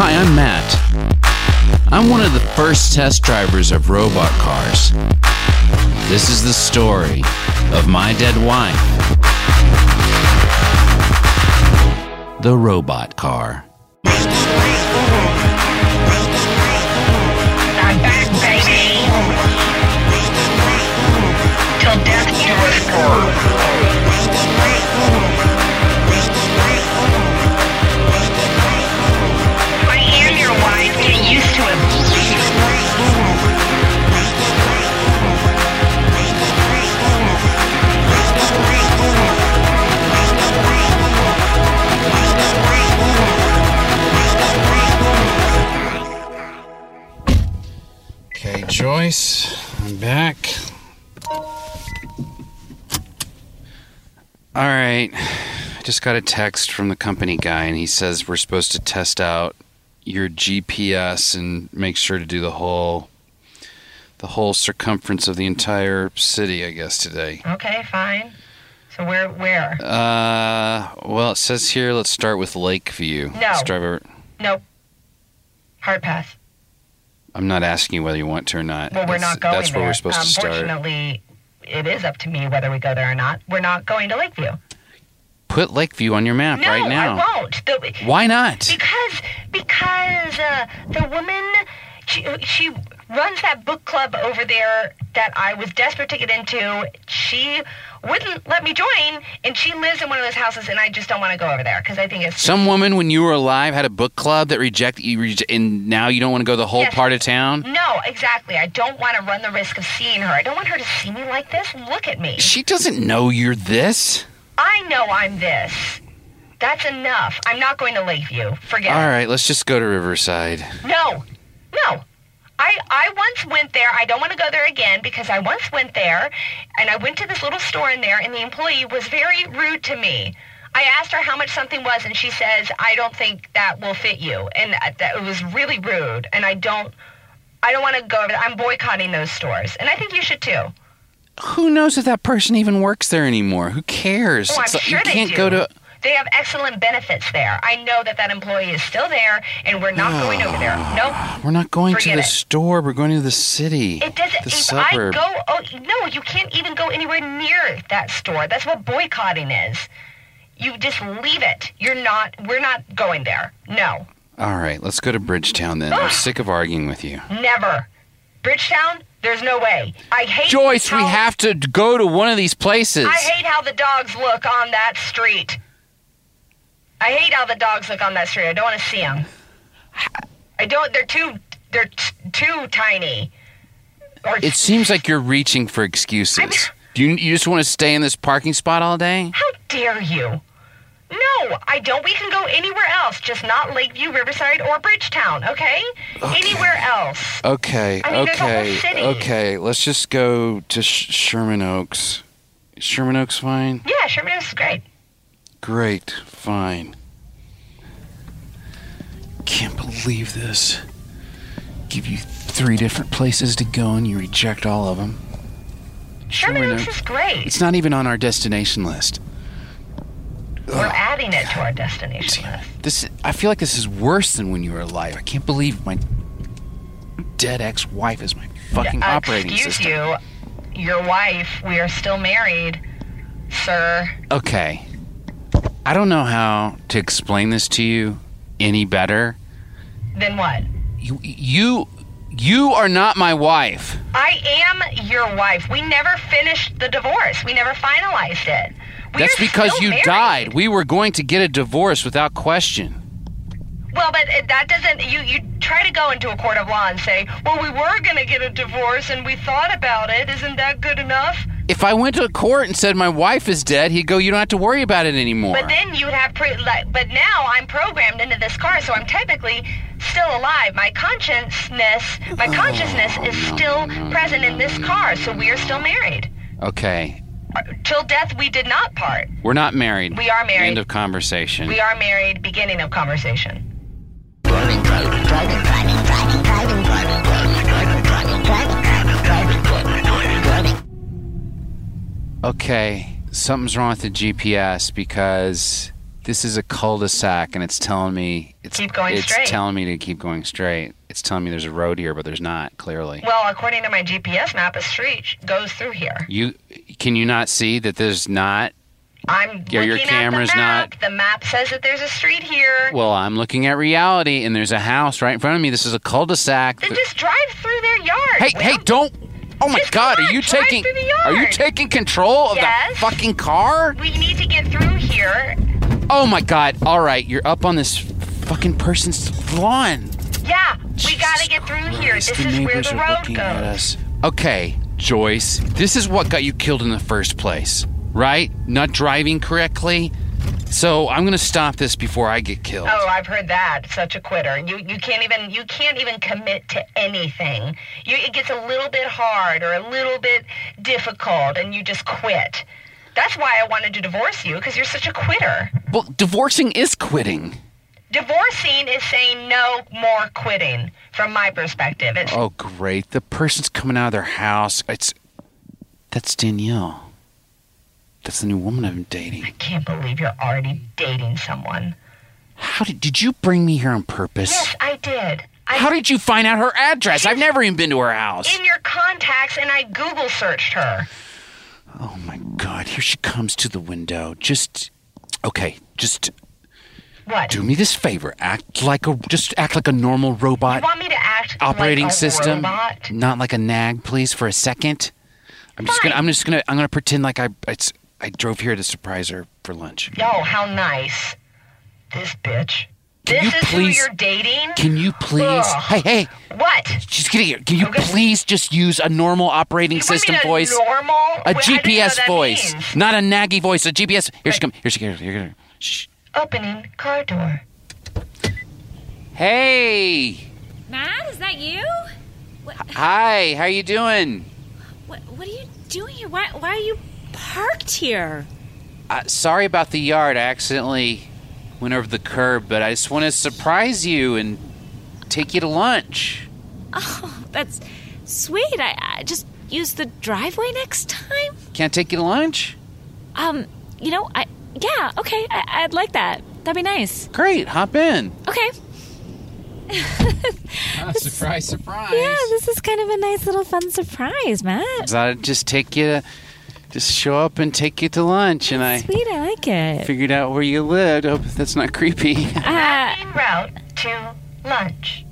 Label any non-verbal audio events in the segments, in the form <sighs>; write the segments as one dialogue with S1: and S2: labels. S1: Hi, I'm Matt. I'm one of the first test drivers of robot cars. This is the story of my dead wife, the robot car.
S2: I'm back, baby. Till death do us part. I am your wife. Get used to it.
S3: Okay, Joyce, I'm back. All right. I just got a text from the company guy, and he says we're supposed to test out your GPS and make sure to do the whole the whole circumference of the entire city, I guess today.
S2: Okay, fine. So where? Where?
S3: Uh, well, it says here let's start with Lakeview.
S2: No.
S3: Let's drive over.
S2: Nope. Hard pass.
S3: I'm not asking you whether you want to or not.
S2: Well, we're
S3: That's-
S2: not going
S3: That's
S2: there. Um,
S3: where we're supposed to start.
S2: Unfortunately, it is up to me whether we go there or not. We're not going to Lakeview.
S3: Put Lakeview on your map
S2: no,
S3: right now.
S2: I won't. The-
S3: Why not?
S2: Because because uh, the woman she, she runs that book club over there that I was desperate to get into. She wouldn't let me join, and she lives in one of those houses, and I just don't want to go over there because I think it's
S3: Some woman, when you were alive, had a book club that reject you, reje- and now you don't want to go the whole
S2: Yes.
S3: part of town.
S2: no, exactly. I don't want to run the risk of seeing her. I don't want her to see me like this. Look at me.
S3: She doesn't know you're this.
S2: I know I'm this. That's enough. I'm not going to Lakeview. Forget it.
S3: All right, let's just go to Riverside.
S2: No, no. I, I once went there. I don't want to go there again because I once went there and I went to this little store in there and the employee was very rude to me. I asked her how much something was and she says, I don't think that will fit you. And that, that it was really rude and I don't, I don't want to go over there. I'm boycotting those stores. And I think you should too.
S3: Who knows if that person even works there anymore? Who cares?
S2: Oh, I'm
S3: It's like-
S2: sure
S3: you
S2: they
S3: can't
S2: do.
S3: go to.
S2: They have excellent benefits there. I know that that employee is still there and we're not going over there. Nope.
S3: We're not going to
S2: Forget
S3: the
S2: it.
S3: store. We're going to the city.
S2: It doesn't.
S3: The
S2: if
S3: suburb.
S2: I go, oh no, you can't even go anywhere near that store. That's what boycotting is. You just leave it. You're not. We're not going there. No,
S3: All right, let's go to Bridgetown then.
S2: <gasps>
S3: I'm sick of arguing with you.
S2: never. Bridgetown. There's no way. I hate.
S3: Joyce, we
S2: how-
S3: have to go to one of these places.
S2: I hate how the dogs look on that street. I hate how the dogs look on that street. I don't want to see them. I don't. They're too. They're t- too tiny. Or
S3: It seems like you're reaching for excuses. Do you, you just want to stay in this parking spot all day?
S2: How dare you? No, I don't. We can go anywhere else, just not Lakeview, Riverside, or Bridgetown, okay? Anywhere else.
S3: Okay,
S2: I mean, there's a whole
S3: okay,
S2: city.
S3: okay. Let's just go to Sh- Sherman Oaks. Is Sherman Oaks, fine.
S2: Yeah, Sherman Oaks is great.
S3: Great, fine. Can't believe this. Give you three different places to go and you reject all of them.
S2: Sherman, Oaks is great.
S3: It's not even on our destination list.
S2: We're adding it to our destination list.
S3: This I feel like this is worse than when you were alive. I can't believe my dead ex-wife is my fucking
S2: Uh,
S3: operating
S2: excuse
S3: system.
S2: you, your wife, we are still married, sir.
S3: Okay. I don't know how to explain this to you any better.
S2: Then what?
S3: You you you are not my wife.
S2: I am your wife. We never finished the divorce. We never finalized it. We
S3: That's
S2: are
S3: because
S2: still
S3: you
S2: married.
S3: died. We were going to get a divorce without question.
S2: Well, but it- that doesn't. You you try to go into a court of law and say, "Well, we were going to get a divorce, and we thought about it. Isn't that good enough?"
S3: If I went to court and said my wife is dead, he'd go, "You don't have to worry about it anymore."
S2: But then you would have pre. Like, but now I'm programmed into this car, so I'm technically still alive. My consciousness, my consciousness is still present in this car, so we are still married.
S3: okay,
S2: Till death, we did not part.
S3: we're not married.
S2: We are married.
S3: End of conversation.
S2: We are married. Beginning of conversation.
S3: okay, something's wrong with the GPS because this is a cul-de-sac and it's telling me it's
S2: Keep going
S3: it's
S2: straight.
S3: telling me to keep going straight. It's telling me there's a road here, but there's not clearly.
S2: Well, according to my GPS map, a street sh- goes through here.
S3: You can you not see that there's not?
S2: I'm
S3: Yeah, your
S2: looking
S3: camera's
S2: at the map. The map says that there's a street here.
S3: Well, I'm looking at reality and there's a house right in front of me. This is a cul-de-sac.
S2: then just drive through their yard.
S3: hey, hey,
S2: Will.
S3: don't! Oh my
S2: Just
S3: God,
S2: come
S3: are
S2: on,
S3: you
S2: drive
S3: taking
S2: through the
S3: are you
S2: yard.
S3: taking control of that
S2: Yes.
S3: fucking car?
S2: We need to get through here.
S3: Oh my God! All right, you're up on this fucking person's lawn.
S2: Yeah, we
S3: Jesus
S2: gotta get through here.
S3: Christ,
S2: This is where
S3: neighbors
S2: the
S3: are
S2: road
S3: looking at
S2: goes.
S3: us. Okay, Joyce, this is what got you killed in the first place, right? Not driving correctly. So I'm gonna stop this before I get killed.
S2: Oh, I've heard that. Such a quitter. You you can't even you can't even commit to anything. You it gets a little bit hard or a little bit difficult, and you just quit. That's why I wanted to divorce you because you're such a quitter.
S3: Well, divorcing is quitting.
S2: Divorcing is saying no more quitting. From my perspective, it's
S3: Oh, great! The person's coming out of their house. It's that's Danielle. That's the new woman I'm dating.
S2: I can't believe you're already dating someone.
S3: How did did you bring me here on purpose?
S2: Yes, I did. I
S3: How did you find out her address? I've never even been to her house.
S2: in your contacts, and I Google searched her.
S3: Oh my god, here she comes to the window. Just okay, just
S2: What?
S3: do me this favor. Act like a just act like a normal robot
S2: you want me to act
S3: operating
S2: like a
S3: system.
S2: Robot?
S3: Not like a nag, please, for a second. I'm just gonna
S2: Fine.
S3: I'm just gonna I'm gonna pretend like I it's I drove here to surprise her for lunch.
S2: Yo, how nice. This bitch.
S3: Can
S2: this
S3: you
S2: is
S3: please-
S2: who you're dating?
S3: Can you please
S2: Ugh.
S3: Hey hey
S2: what?
S3: she's getting here. Can you
S2: Okay.
S3: please just use a normal operating
S2: You want me
S3: system
S2: to
S3: voice?
S2: Normal?
S3: a
S2: Wait, I didn't know
S3: GPS
S2: that
S3: voice.
S2: means.
S3: Not a naggy voice, a GPS here she comes. Here she comes. Here she comes. Shh.
S2: Opening car door.
S3: Hey,
S4: Matt, is that you? What,
S3: Hi, how you doing?
S4: what, what are you doing here? Why, why are you parked here?
S3: Uh, sorry about the yard. I accidentally went over the curb, but I just want to surprise you and take you to lunch.
S4: <laughs> Oh, that's sweet. I, I just use the driveway next time.
S3: Can I take you to lunch?
S4: Um, you know, I yeah, okay, I, I'd like that. That'd be nice.
S3: Great, hop in.
S4: Okay.
S3: Ah, surprise, surprise.
S4: Yeah, this is kind of a nice little fun surprise, Matt.
S3: I just take you to just show up and take you to lunch, and I
S4: Sweet, I like it.
S3: figured out where you lived. Hope that's not creepy. <laughs>
S4: Uh,
S2: Main route to lunch.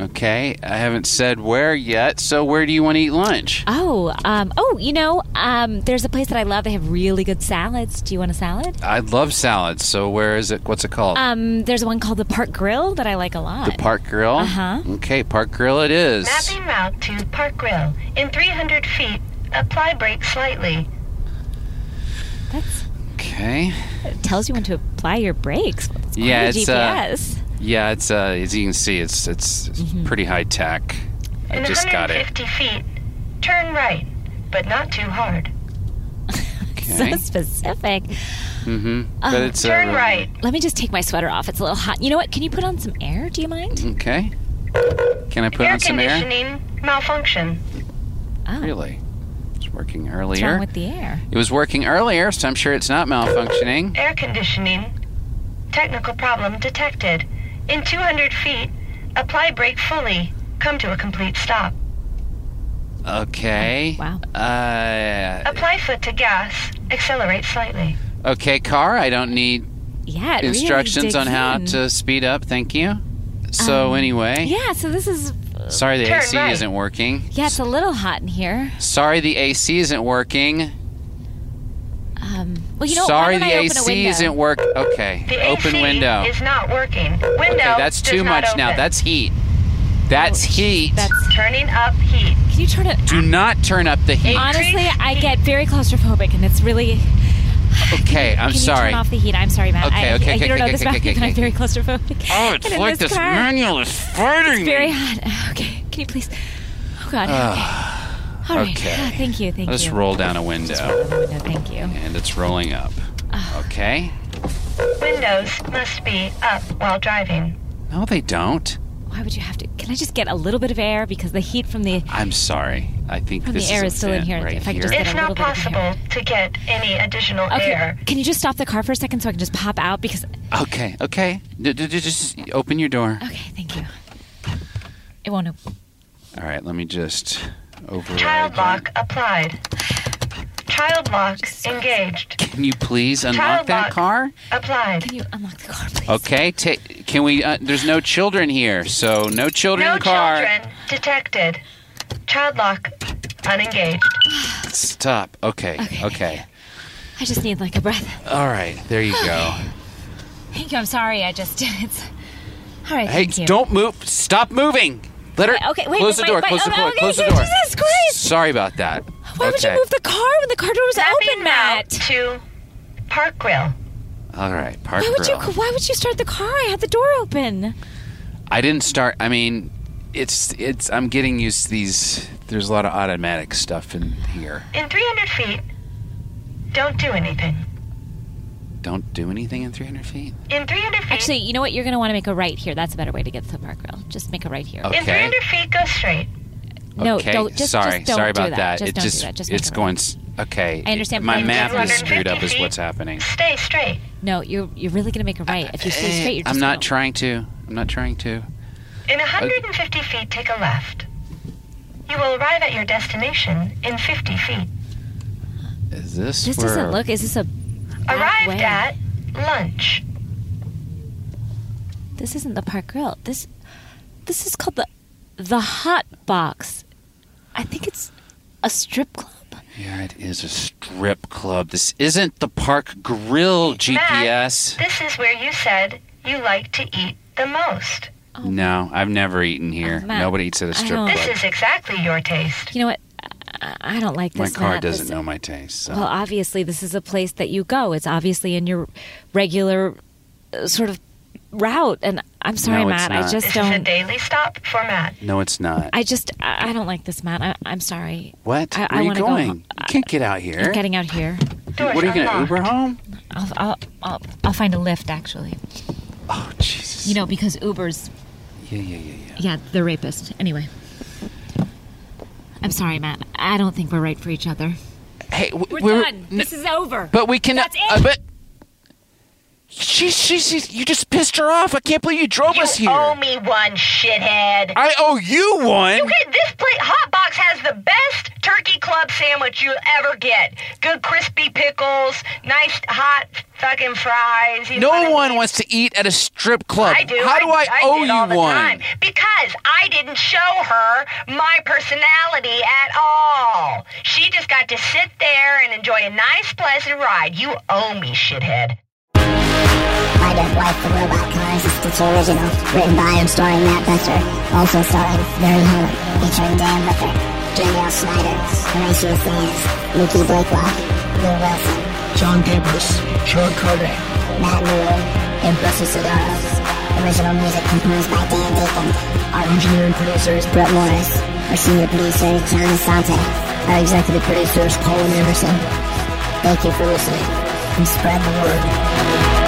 S3: okay, I haven't said where yet. So where do you want to eat lunch?
S4: oh, um, oh, you know, um, there's a place that I love. They have really good salads. Do you want a salad?
S3: I love salads. So where is it? What's it called?
S4: Um, there's one called the Park Grill that I like a lot.
S3: Oh. The Park Grill?
S4: Uh-huh.
S3: Okay, Park Grill it is.
S2: Mapping route to Park Grill. In 300 feet, apply brake slightly.
S4: That's
S3: Okay.
S4: tells you when to apply your brakes. It's
S3: Yeah,
S4: quite a
S3: it's, uh,
S4: GPS.
S3: Yeah, it's uh as you can see it's it's, it's
S4: Mm-hmm.
S3: pretty high tech. I
S2: In
S3: just got it.
S2: 150 feet, turn right, but not too hard.
S3: okay.
S4: <laughs> So specific.
S3: Mhm. But it's uh,
S2: Turn
S3: really-
S2: right.
S4: Let me just take my sweater off. It's a little hot. You know what? Can you put on some air? Do you mind?
S3: Okay. Can I put
S2: air
S3: on some air?
S2: conditioning malfunction.
S4: Oh,
S3: Really? It's working
S4: what's wrong
S3: earlier.
S4: with the air?
S3: it was working earlier, so I'm sure it's not malfunctioning.
S2: Air conditioning. Technical problem detected. In 200 feet, apply brake fully. Come to a complete stop.
S3: Okay.
S4: Wow.
S3: Uh
S2: Apply foot to gas. Accelerate slightly.
S3: okay, car, I don't need
S4: Yeah. It really
S3: instructions
S4: digs
S3: on how
S4: in. Um,
S3: to speed up. Thank you. So anyway,
S4: Yeah. So this is.
S3: sorry the
S2: Turn
S3: AC
S2: right.
S3: isn't working.
S4: Yeah, it's a little hot in here.
S3: Sorry, the AC isn't working.
S4: Um, well, you know,
S3: Sorry,
S4: why don't
S3: the
S4: I open a
S3: AC
S4: window?
S3: isn't work. Okay,
S2: The
S3: open
S2: AC
S3: window.
S2: is not working. Window.
S3: okay, that's
S2: does
S3: too
S2: not
S3: much now.
S2: open.
S3: That's heat. That's heat.
S4: Oh, That's.
S2: turning up heat.
S4: Can you turn it?
S3: Do not turn up the heat.
S4: Honestly, I get very claustrophobic, and it's really.
S3: Okay, I'm
S4: Can
S3: sorry.
S4: you turn off the heat? I'm sorry, Matt.
S3: Okay,
S4: I,
S3: okay, okay,
S4: I, you don't know
S3: okay,
S4: this
S3: okay,
S4: about
S3: okay,
S4: me, but
S3: okay,
S4: I'm very claustrophobic.
S3: oh, it's
S4: And in
S3: like this,
S4: car,
S3: manual is farting
S4: It's very
S3: me. Ah,
S4: hot. <laughs> Okay, can you please? Oh God. okay. All right.
S3: okay.
S4: Ah, Thank you. Thank
S3: Let's
S4: you.
S3: roll down a
S4: Roll
S3: window,
S4: the window, Thank you.
S3: and it's rolling up. Okay.
S2: Windows must be up while driving.
S3: No, they don't.
S4: why would you have to? Can I just get a little bit of air because the heat from the
S3: I'm sorry. I think
S4: From
S3: this
S4: Oh, the air
S3: is,
S4: is still in
S3: it
S4: here.
S3: Right
S4: If I
S3: here.
S4: could just- Get a
S2: It's not
S4: little bit of air.
S2: possible to get any additional
S4: okay?
S2: air.
S4: Can you just stop the car for a second so I can just pop out? Because
S3: okay, okay. D- d- d- just open your door.
S4: okay, thank you. It won't. Open. Uh,
S3: All right, let me just override.
S2: Child
S3: that.
S2: lock applied. Child lock engaged.
S3: Can you please unlock
S2: Child
S3: that
S2: lock.
S3: car?
S2: Applied.
S4: Can you unlock the car, please?
S3: Okay. Ta- can we? Uh, there's no children here, so no children
S2: No
S3: in car.
S2: children detected. Child lock unengaged.
S3: Stop. Okay.
S4: Okay.
S3: Okay.
S4: I just need like a breath.
S3: All right. There you go.
S4: Thank you. I'm sorry. I just <laughs> it's. All right.
S3: Hey,
S4: <sighs> thank you.
S3: don't move. Stop moving. Let her.
S4: Okay, wait,
S3: Close
S4: wait,
S3: the door.
S4: wait,
S3: close the
S4: wait, oh,
S3: door.
S4: okay,
S3: close the
S4: okay,
S3: door.
S4: Jesus Christ.
S3: Sorry about that.
S4: Why would you
S3: Okay.
S4: move the car when the car door was
S2: Mapping
S4: open, Matt?
S2: route To Park Grill.
S3: All right. Park
S4: Why would you?
S3: Grill.
S4: Why would you start the car? I had the door open.
S3: I didn't start. I mean, it's it's. I'm getting used to these. There's a lot of automatic stuff in here.
S2: In 300 feet, don't do anything.
S3: Don't do anything in 300 feet.
S2: In 300 feet,
S4: Actually, you know what? You're going to want to make a right here. That's a better way to get to the park grill. Just make a right here.
S3: Okay.
S2: in 300 feet, go straight.
S4: No,
S3: okay.
S4: don't. Just,
S3: sorry.
S4: just don't
S3: sorry
S4: do
S3: about that.
S4: that. Just
S3: it
S4: don't
S3: just
S4: do that. Just make
S3: it's
S4: a right.
S3: going. s- Okay.
S4: I understand,
S3: My
S4: but-
S3: map
S4: Just
S3: is screwed up.
S2: 150
S3: Is what's
S2: feet.
S3: happening.
S2: Stay straight.
S4: No, you're you're really going to make a right. If you stay
S3: Eh,
S4: straight, you're just
S3: I'm not
S4: gonna-
S3: trying to. I'm not trying to.
S2: In 150 feet, take a left. You will arrive at your destination in 50 feet.
S3: Is this?
S4: This
S3: where,
S4: doesn't look. Is this a? back
S2: Arrived
S4: way?
S2: at lunch.
S4: This isn't the park grill. This, this is called the, the hot box. I think it's a strip club.
S3: Yeah, it is a strip club. This isn't the Park Grill GPS.
S2: This is where you said you like to eat the most.
S3: No, I've never eaten here.
S4: Oh, Matt,
S3: Nobody eats at a strip
S4: don't-
S3: club.
S2: This is exactly your taste.
S4: You know what? I, I don't like
S3: My
S4: this.
S3: car
S4: Matt. This-
S3: doesn't know my taste. So.
S4: Well, obviously, this is a place that you go. It's obviously in your regular uh, sort of route. And I'm sorry,
S3: No, it's
S4: Matt. I
S3: not.
S4: just
S2: This is a
S4: don't.
S2: daily stop for Matt.
S3: no, it's not.
S4: I just. I, I don't like this, Matt. I, I'm sorry.
S3: what?
S4: I-
S3: Where
S4: I
S3: are you
S4: wanna go uh,
S3: going?
S4: home.
S3: you can't get out here.
S4: I'm getting out here.
S2: Doors
S3: what are you gonna
S2: unlocked.
S3: Uber home?
S4: I'll, I'll, I'll, I'll find a lift, actually.
S3: Oh Jesus!
S4: You know, because Uber's,
S3: Yeah, yeah, yeah, yeah.
S4: yeah, the rapist. Anyway. I'm sorry, Matt. I don't think we're right for each other.
S3: Hey, w-
S4: We're,
S3: we're-
S4: done.
S3: n-
S4: this is over.
S3: But we cannot.
S4: That's it.
S3: uh, but she, she, she, you just pissed her off. I can't believe you drove us
S2: You
S3: here.
S2: owe me one, shithead.
S3: I owe you one.
S2: Okay, this plate hot box has the best turkey club sandwich you'll ever get. Good crispy pickles, nice hot fucking fries. you know what I
S3: no
S2: mean?
S3: one wants to eat at a strip club.
S2: I do.
S3: How do I,
S2: I
S3: owe
S2: did
S3: you
S2: all the
S3: one?
S2: Time because I didn't show her my personality at all. She just got to sit there and enjoy a nice, pleasant ride. You owe me, shithead.
S5: My Dead Wife, The Robot Cars, is its original, written by and starring Matt Besser, also starring Mary Helen, featuring Dan Butler, Danielle Snyder, Horatio Sands, Nikki Blakewell, Lou Wilson,
S6: John Papers,
S5: Joel Carter, Matt Newell, and Buster Sidaro. Original music composed by Dan Deacon. Our engineering producer is Brett Morris. Our senior producer is John Asante. Our executive producer is Colin Anderson. Thank you for listening and spread the word.